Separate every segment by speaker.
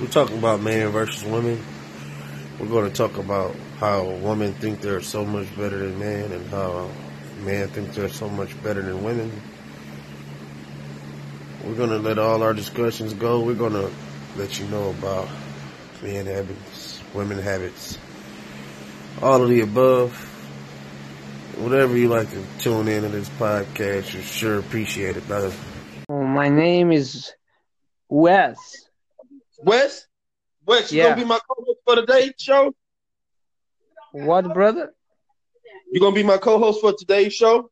Speaker 1: We're talking about man versus women. We're going to talk about how women think they're so much better than man and how men think they're so much better than women. We're going to let all our discussions go. We're going to let you know about men habits, women habits, all of the above. Whatever you like to tune in to this podcast, you sure appreciate it, brother.
Speaker 2: Oh, my name is Wes.
Speaker 3: Wes, Wes, you
Speaker 2: Yeah.
Speaker 3: gonna be my co-host for today's show?
Speaker 2: What, brother?
Speaker 3: You gonna be my co-host for today's show?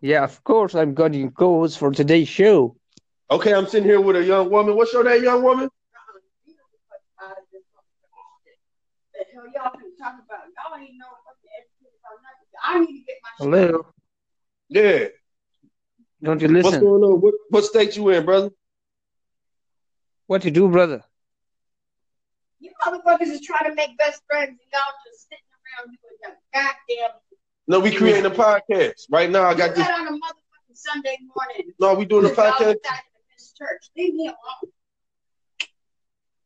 Speaker 2: Yeah, of course, I'm going to co-host for today's show.
Speaker 3: Okay, I'm sitting here with a young woman. What's your name, young woman?
Speaker 4: The hell y'all can talk about? Y'all ain't no fucking educated about nothing. I need to get my shit.
Speaker 2: Hello,
Speaker 3: Yeah.
Speaker 2: don't you
Speaker 3: What's
Speaker 2: listen?
Speaker 3: going on? What, what state you in, brother?
Speaker 2: What you do, brother?
Speaker 4: You motherfuckers is trying to make best friends and y'all just sitting around doing that goddamn.
Speaker 3: No, we creating a podcast right now. I got
Speaker 4: You
Speaker 3: this.
Speaker 4: got on a motherfucking Sunday morning.
Speaker 3: No, we doing a
Speaker 4: Y'all decided
Speaker 3: podcast.
Speaker 4: to miss church. Leave me alone.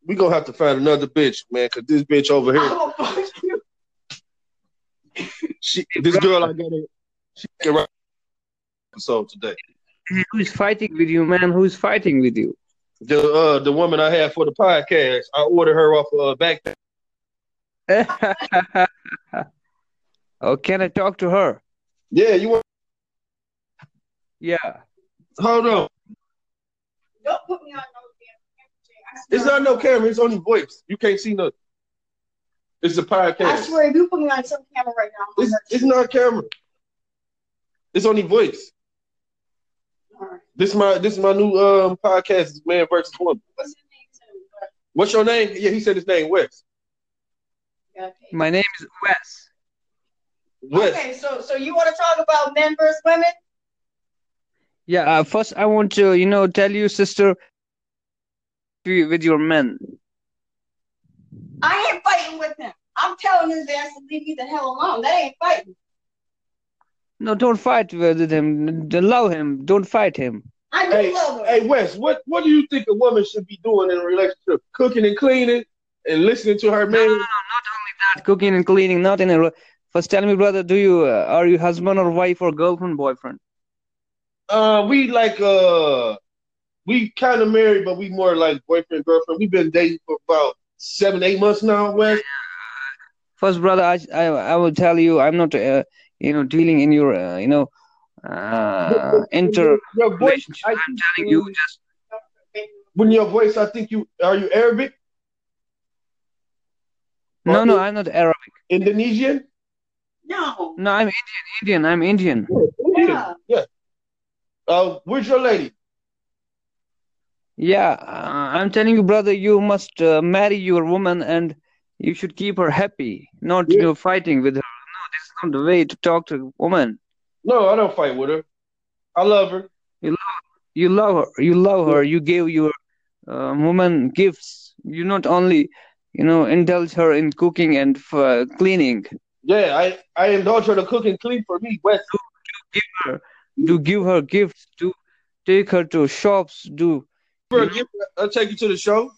Speaker 3: We gonna have to find another bitch, man, cause this bitch over here,
Speaker 4: I will fuck you.
Speaker 3: she, this girl I got, a- she can write an episode today.
Speaker 2: Who's fighting with you, man? Who's fighting with you?
Speaker 3: The uh, the woman I had for the podcast, I ordered her off uh, back.
Speaker 2: oh, can I talk to her?
Speaker 3: Yeah, you want?
Speaker 2: Yeah.
Speaker 3: Hold on.
Speaker 4: Don't put me on no damn camera, Jay. I swear-
Speaker 3: It's not no camera. It's only voice. You can't see nothing. It's a
Speaker 4: I
Speaker 3: podcast.
Speaker 4: swear, if you put me on some camera right now, I'm
Speaker 3: It's, it's not a camera. It's only voice.
Speaker 4: gonna.
Speaker 3: This my this is my new um podcast. It's man versus woman.
Speaker 4: What's his name? Tim?
Speaker 3: What's your name? Yeah, he said his name. Wes.
Speaker 4: Goddamn.
Speaker 2: My name is Wes.
Speaker 3: Wes.
Speaker 4: Okay, so so you want to talk about men versus women?
Speaker 2: Yeah, uh, first I want to, you know, tell you, sister, to you- with your men.
Speaker 4: I ain't fighting with him. I'm telling his ass to leave me the hell alone. That ain't fighting.
Speaker 2: No, don't fight with him. Love him. Don't fight him.
Speaker 4: I do love him.
Speaker 3: Hey Wes, what what do you think a woman should be doing in a relationship? Cooking and cleaning and listening to her man.
Speaker 2: Not cooking and cleaning, not in a. ro- First, tell me, brother, do you uh, are you husband or wife or girlfriend, boyfriend?
Speaker 3: Uh, we like uh, we kind of married, but we more like boyfriend girlfriend. We've been dating for about seven eight months now, Wes.
Speaker 2: First, brother, I I, I will tell you, I'm not, uh, you know, dealing in your, uh, you know, uh, inter
Speaker 3: Your voice,
Speaker 2: relationship.
Speaker 3: I
Speaker 2: I'm
Speaker 3: think
Speaker 2: telling you, just
Speaker 3: when your voice, I think you are you Arabic,
Speaker 2: no, no, I'm not Arab.
Speaker 3: Indonesian.
Speaker 4: No.
Speaker 2: No, I'm Indian. Indian. I'm Indian.
Speaker 3: Yeah.
Speaker 4: Yeah.
Speaker 3: Uh, where's your lady?
Speaker 2: Yeah, uh, I'm telling you, brother, you must uh, marry your woman and you should keep her happy, not you
Speaker 3: Yeah.
Speaker 2: know, fighting with her. No, this is not the way to talk to a woman.
Speaker 3: No, I don't fight with her. I love her.
Speaker 2: You love her. You love her. You give your uh, woman gifts. You not only, you know, indulge her in cooking and uh, cleaning.
Speaker 3: Yeah, I I indulge her to cook and clean for me, Wes.
Speaker 2: Do give her gifts. Do take her to shops. Do
Speaker 3: Give her a gift. uh, I'll take you to the show.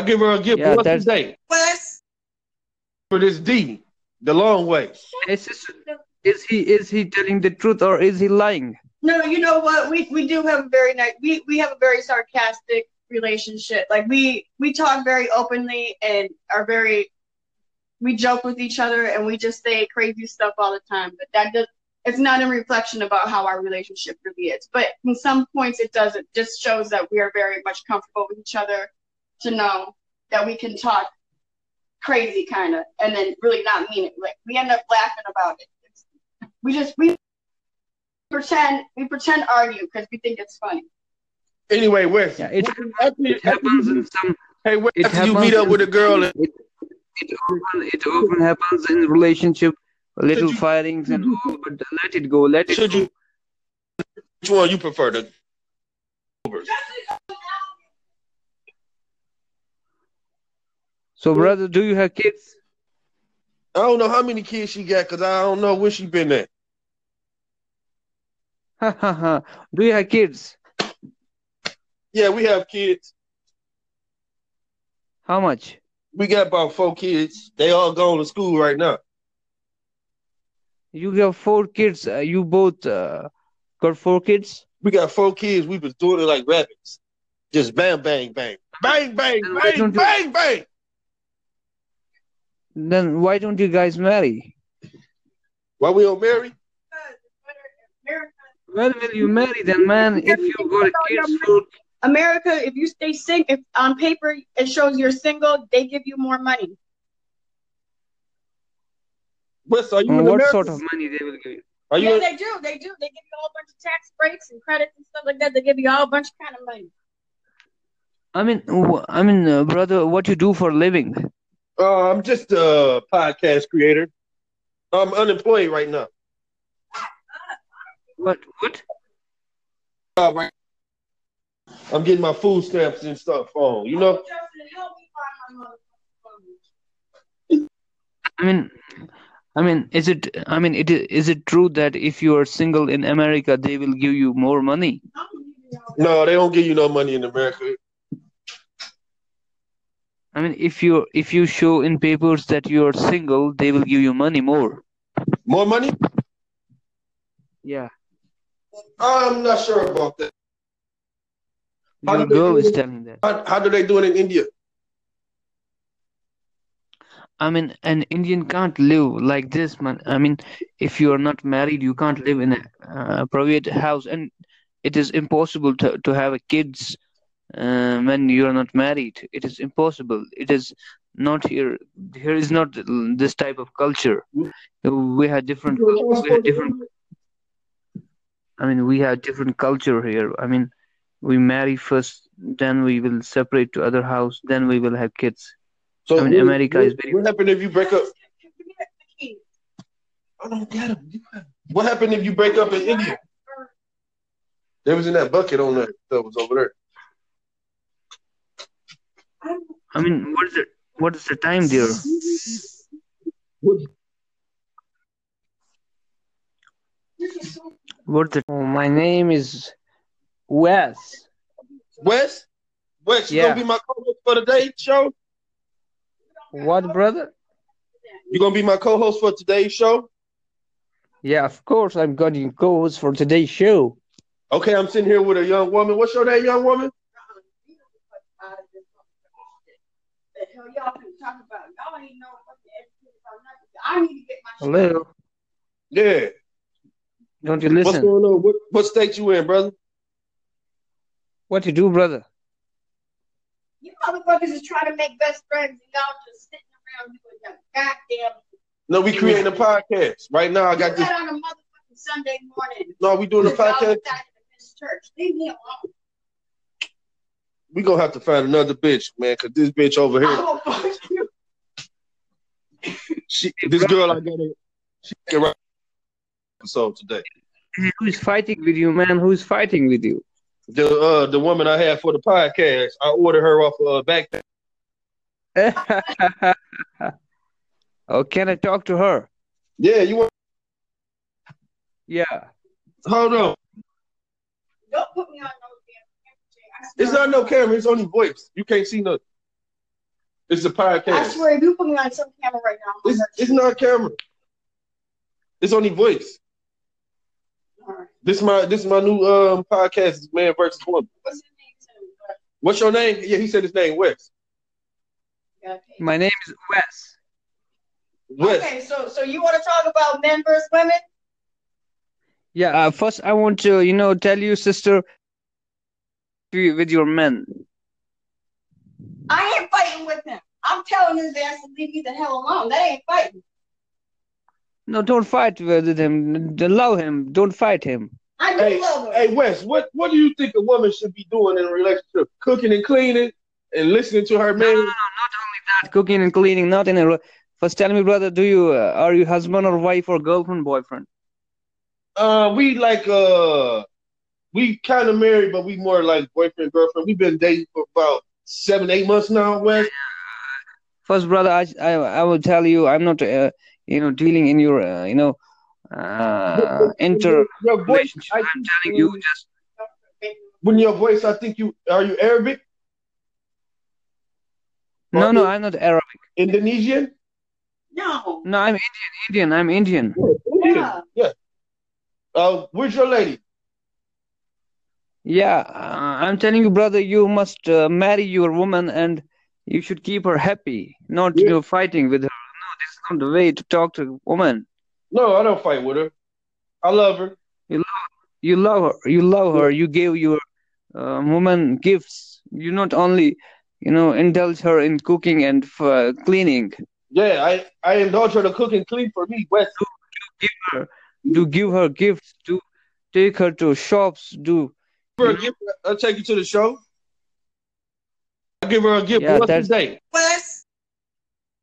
Speaker 3: I give her a gift
Speaker 2: Yeah,
Speaker 3: once
Speaker 2: that's-
Speaker 3: a day
Speaker 4: Wes,
Speaker 3: for this D, the long way.
Speaker 2: Hey, sister, is he is he telling the truth or is he lying?
Speaker 4: No, you know what? We we do have a very nice. We we have a very sarcastic relationship. Like we we talk very openly and are very. We joke with each other and we just say crazy stuff all the time. But that does. It's not a reflection about how our relationship really is. But in some points, it doesn't. Just shows that we are very much comfortable with each other, to know that we can talk crazy kind of and then really not mean it. Like we end up laughing about it. It's, we just we pretend we pretend argue because we think it's funny.
Speaker 3: Anyway, Wes.
Speaker 2: Yeah, it,
Speaker 3: after you-
Speaker 2: it happens in some.
Speaker 3: hey, Wes,
Speaker 2: it
Speaker 3: after you
Speaker 2: happens
Speaker 3: meet up
Speaker 2: in-
Speaker 3: with a girl and
Speaker 2: it, it often it often happens in relationship little
Speaker 3: Should you-
Speaker 2: firings and all but let it go let it
Speaker 3: Should
Speaker 2: go.
Speaker 3: you- which one you prefer? The
Speaker 2: so brother do you have kids
Speaker 3: I don't know how many kids she got because I don't know where she been at.
Speaker 2: do you have kids
Speaker 3: Yeah, we have kids.
Speaker 2: How much?
Speaker 3: We got about four kids. They all going to school right now.
Speaker 2: You have four kids. Uh, you both uh, got four kids.
Speaker 3: We got four kids. We was doing it like rabbits. Just bang, bang, bang. Bang, bang,
Speaker 2: Then why
Speaker 3: bang,
Speaker 2: don't you-
Speaker 3: bang, bang.
Speaker 2: Then why don't you guys marry?
Speaker 3: Why we don't marry?
Speaker 4: America,
Speaker 2: When will you marry then, man? If you got kids, four
Speaker 4: America, if you stay sing, if on paper it shows you're single, they give you more money.
Speaker 3: What's are you in
Speaker 2: Mm, what
Speaker 3: America?
Speaker 2: sort of money they will give you?
Speaker 3: Are you
Speaker 4: yeah,
Speaker 3: in-
Speaker 4: they do. They do. They give you a whole bunch of tax breaks and credits and stuff like that. They give you a whole bunch of kind of money.
Speaker 2: I mean, wh- I mean, uh, brother, what you do for a living?
Speaker 3: Uh, I'm just a podcast creator. I'm unemployed right now.
Speaker 2: What? What?
Speaker 3: Uh, right. I'm getting my food stamps and stuff on. You know,
Speaker 4: Justin, help me find my motherfucking phone.
Speaker 2: I mean, I mean, is it? I mean, it is it true that if you are single in America, they will give you more money?
Speaker 4: I don't need to know.
Speaker 3: no, they don't give you no money in America.
Speaker 2: I mean, if you if you show in papers that you are single, they will give you money more.
Speaker 3: More money?
Speaker 2: Yeah,
Speaker 3: I'm not sure about that. How
Speaker 2: your
Speaker 3: do they
Speaker 2: girl
Speaker 3: do
Speaker 2: is
Speaker 3: it?
Speaker 2: telling that.
Speaker 3: How, how do they do it in India?
Speaker 2: I mean, an Indian can't live like this, man. I mean, if you are not married, you can't live in a uh, private house, and it is impossible to to have a kids uh, when you are not married. It is impossible. It is not here. Here is not this type of culture. We have different. We have different. I mean, we have different culture here. I mean, we marry first, then we will separate to other house, then we will have kids.
Speaker 3: So
Speaker 2: I mean, America is very-
Speaker 3: What happened if you break up?
Speaker 4: Give me the key.
Speaker 3: I don't get him. What happened if you break up in India? They was in that bucket on that that was over there.
Speaker 2: I mean, what is it? What is the time there? What the? Oh, my name is Wes.
Speaker 3: Wes, Wes, you
Speaker 2: Yeah.
Speaker 3: gonna be my co-host for today's show?
Speaker 2: What, brother?
Speaker 3: You gonna be my co-host for today's show?
Speaker 2: Yeah, of course, I'm got your co-host for today's show.
Speaker 3: Okay, I'm sitting here with a young woman. What's your name, young woman?
Speaker 4: The hell y'all can talk about? Y'all ain't no fucking educated about nothing. I need to get my shit.
Speaker 2: Hello,
Speaker 3: Yeah.
Speaker 2: don't you
Speaker 3: What's
Speaker 2: listen?
Speaker 3: going on? What, what state you in, brother?
Speaker 2: What you do, brother?
Speaker 4: You motherfuckers is trying to make best friends and y'all just sitting around doing that goddamn.
Speaker 3: No, we creating a podcast right now. I got
Speaker 4: You
Speaker 3: this.
Speaker 4: got on a motherfucking Sunday morning.
Speaker 3: No, we doing a
Speaker 4: Because y'all
Speaker 3: podcast.
Speaker 4: decided to miss Church. Leave me alone.
Speaker 3: We gonna have to find another bitch, man, cause this bitch over
Speaker 4: I
Speaker 3: here,
Speaker 4: will fuck you.
Speaker 3: she, this girl I got it. She can write an episode today.
Speaker 2: Who is fighting with you, man? Who is fighting with you?
Speaker 3: The uh, the woman I had for the podcast, I ordered her off uh, back.
Speaker 2: oh, can I talk to her?
Speaker 3: Yeah, you want?
Speaker 2: Yeah.
Speaker 3: Hold on.
Speaker 4: Don't put me on no damn camera, Jay. I
Speaker 3: It's
Speaker 4: swear.
Speaker 3: not no camera. It's only voice. You can't see nothing. It's a podcast.
Speaker 4: I swear, if you put me on some camera right now, I'm
Speaker 3: It's,
Speaker 4: gonna
Speaker 3: it's not a camera. It's only voice.
Speaker 4: hurt you.
Speaker 3: This my this is my new um podcast, man versus woman.
Speaker 4: What's his name? too?
Speaker 3: What's your name? Yeah, he said his name Wes.
Speaker 4: But- okay.
Speaker 2: My name is Wes.
Speaker 3: Wes.
Speaker 4: Okay, so so you want to talk about men versus women?
Speaker 2: Yeah. Uh, first, I want to, you know, tell you, sister, to you- with your men.
Speaker 4: I ain't fighting with him. I'm telling his ass to leave me the hell alone. That ain't fighting.
Speaker 2: No, don't fight with him. Allow him. Don't fight him.
Speaker 4: I do
Speaker 3: Hey,
Speaker 4: love him.
Speaker 3: Hey Wes, what what do you think a woman should be doing in a relationship? Cooking and cleaning and listening to her man?
Speaker 2: Not cooking and cleaning. Not in a. ro- First, tell me, brother, do you uh, are you husband or wife or girlfriend, boyfriend?
Speaker 3: Uh, we like uh, we kind of married, but we more like boyfriend girlfriend. We've been dating for about seven eight months now, Wes.
Speaker 2: First, brother, I I, I will tell you, I'm not, uh, you know, dealing in your, uh, you know, uh, inter
Speaker 3: Your voice,
Speaker 2: relationship.
Speaker 3: I
Speaker 2: I'm
Speaker 3: think-
Speaker 2: telling you, just
Speaker 3: When your voice, I think you are you Arabic.
Speaker 2: No, no, I'm not Arab.
Speaker 3: Indonesian?
Speaker 4: No.
Speaker 2: No, I'm Indian. Indian. I'm Indian.
Speaker 3: Yeah. Indian.
Speaker 4: Yeah.
Speaker 3: Uh, where's your lady?
Speaker 2: Yeah, uh, I'm telling you, brother, you must uh, marry your woman and you should keep her happy, not
Speaker 3: Yeah.
Speaker 2: you know, fighting with her. No, this is not the way to talk to a woman.
Speaker 3: No, I don't fight with her. I love her.
Speaker 2: You love her. You love her. You give your uh, woman gifts. You not only, you know, indulge her in cooking and uh, cleaning.
Speaker 3: Yeah, I, I indulge her to cook and clean for me, Wes.
Speaker 2: Do give her gifts. Do take her to shops. Do
Speaker 3: Give her
Speaker 2: Mm-hmm.
Speaker 3: a gift. I'll take you to the show. I give her a gift
Speaker 2: Yeah,
Speaker 3: once a
Speaker 2: that's-
Speaker 3: day
Speaker 4: Wes.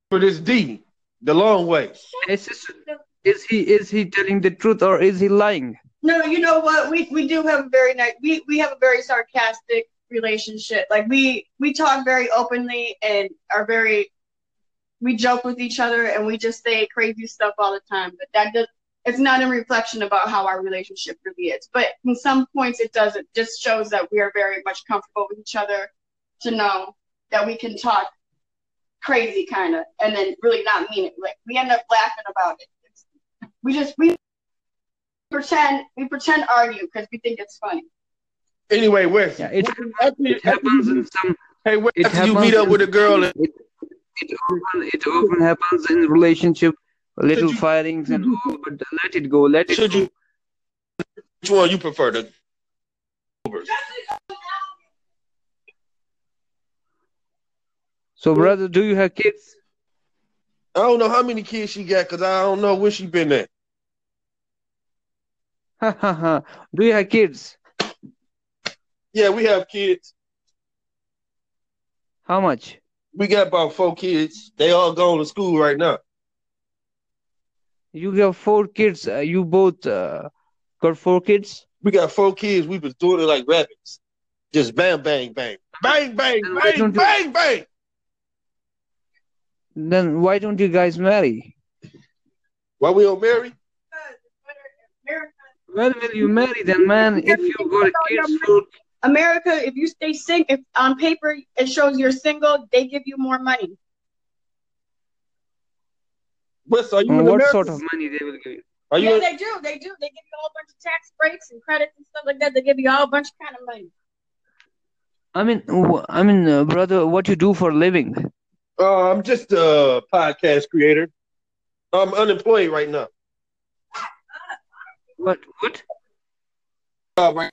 Speaker 3: for this D, the long way.
Speaker 2: is, this, is he is he telling the truth or is he lying?
Speaker 4: No, you know what? We we do have a very nice. We we have a very sarcastic relationship. Like we we talk very openly and are very. We joke with each other and we just say crazy stuff all the time. But that does. It's not a reflection about how our relationship really is. But in some points, it doesn't. Just shows that we are very much comfortable with each other to know that we can talk crazy kind of and then really not mean it. Like we end up laughing about it. It's, we just we pretend we pretend argue because we think it's funny.
Speaker 3: Anyway, Wes.
Speaker 2: Yeah, it,
Speaker 3: after,
Speaker 2: it
Speaker 3: after-
Speaker 2: happens in some
Speaker 3: hey, Wes,
Speaker 2: it
Speaker 3: after you
Speaker 2: happens
Speaker 3: meet up
Speaker 2: in-
Speaker 3: with a girl and
Speaker 2: It, it often it often happens in relationship, little
Speaker 3: you-
Speaker 2: firings and all, but let it go, let it
Speaker 3: Should
Speaker 2: go.
Speaker 3: you- which one you prefer to?
Speaker 2: So, brother, do you have kids?
Speaker 3: I don't know how many kids she got because I don't know where she been at.
Speaker 2: Ha ha ha. Do you have kids?
Speaker 3: Yeah, we have kids.
Speaker 2: How much?
Speaker 3: We got about four kids. They all going to school right now.
Speaker 2: You have four kids. Uh, you both uh, got four kids.
Speaker 3: We got four kids. We was doing it like rabbits. Just bang, bang, bang. Bang, bang,
Speaker 2: Then why
Speaker 3: bang,
Speaker 2: don't you-
Speaker 3: bang, bang.
Speaker 2: Then why don't you guys marry?
Speaker 3: Why we don't marry?
Speaker 2: When will you marry then, man? If you got kids, four
Speaker 4: America, if you stay single, if on paper it shows you're single, they give you more money.
Speaker 3: Wes, are you in
Speaker 2: Mm, what
Speaker 3: America?
Speaker 2: sort of money they will give you?
Speaker 3: Are you
Speaker 4: yeah,
Speaker 3: in-
Speaker 4: they do. They do. They give you a whole bunch of tax breaks and credits and stuff like that. They give you all a bunch of kind of money.
Speaker 2: I mean, wh- I mean, uh, brother, what you do for a living?
Speaker 3: Uh, I'm just a podcast creator. I'm unemployed right now.
Speaker 2: What? What?
Speaker 3: Uh, right.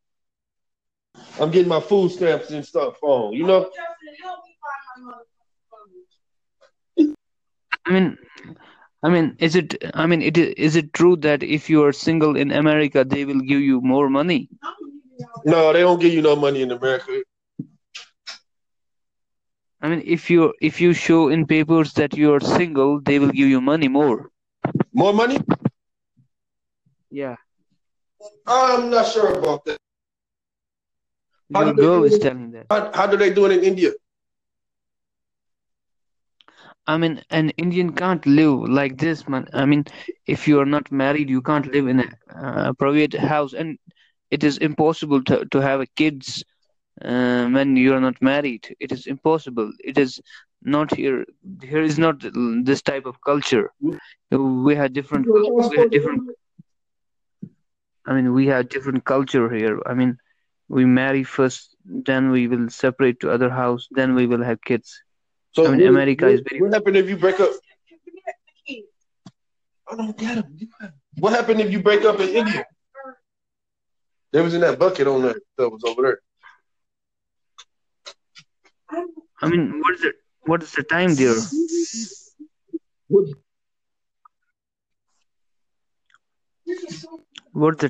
Speaker 3: I'm getting my food stamps and stuff on. You know,
Speaker 4: Justin, help me find my motherfucking
Speaker 2: I mean, I mean, is it? I mean, it i- is it true that if you are single in America, they will give you more money?
Speaker 4: phone.
Speaker 3: no, they don't give you no money in America.
Speaker 2: I mean, if you if you show in papers that you are single, they will give you money more.
Speaker 3: More money?
Speaker 2: Yeah,
Speaker 3: I'm not sure about that. How
Speaker 2: your
Speaker 3: do they
Speaker 2: girl
Speaker 3: do
Speaker 2: is
Speaker 3: it?
Speaker 2: telling that.
Speaker 3: How, how do they do it in India?
Speaker 2: I mean, an Indian can't live like this, man. I mean, if you are not married, you can't live in a uh, private house, and it is impossible to to have a kids uh, when you are not married. It is impossible. It is not here. Here is not this type of culture. We have different. We have different. I mean, we have different culture here. I mean, we marry first, then we will separate to other house, then we will have kids.
Speaker 3: So
Speaker 2: I mean,
Speaker 3: what-
Speaker 2: America
Speaker 3: what,
Speaker 2: is very-
Speaker 3: What happened if you break up? I don't Oh, get it. What happened if you break up in India? They was in that bucket on that that was over there.
Speaker 2: I mean, what is the what is the time there? What the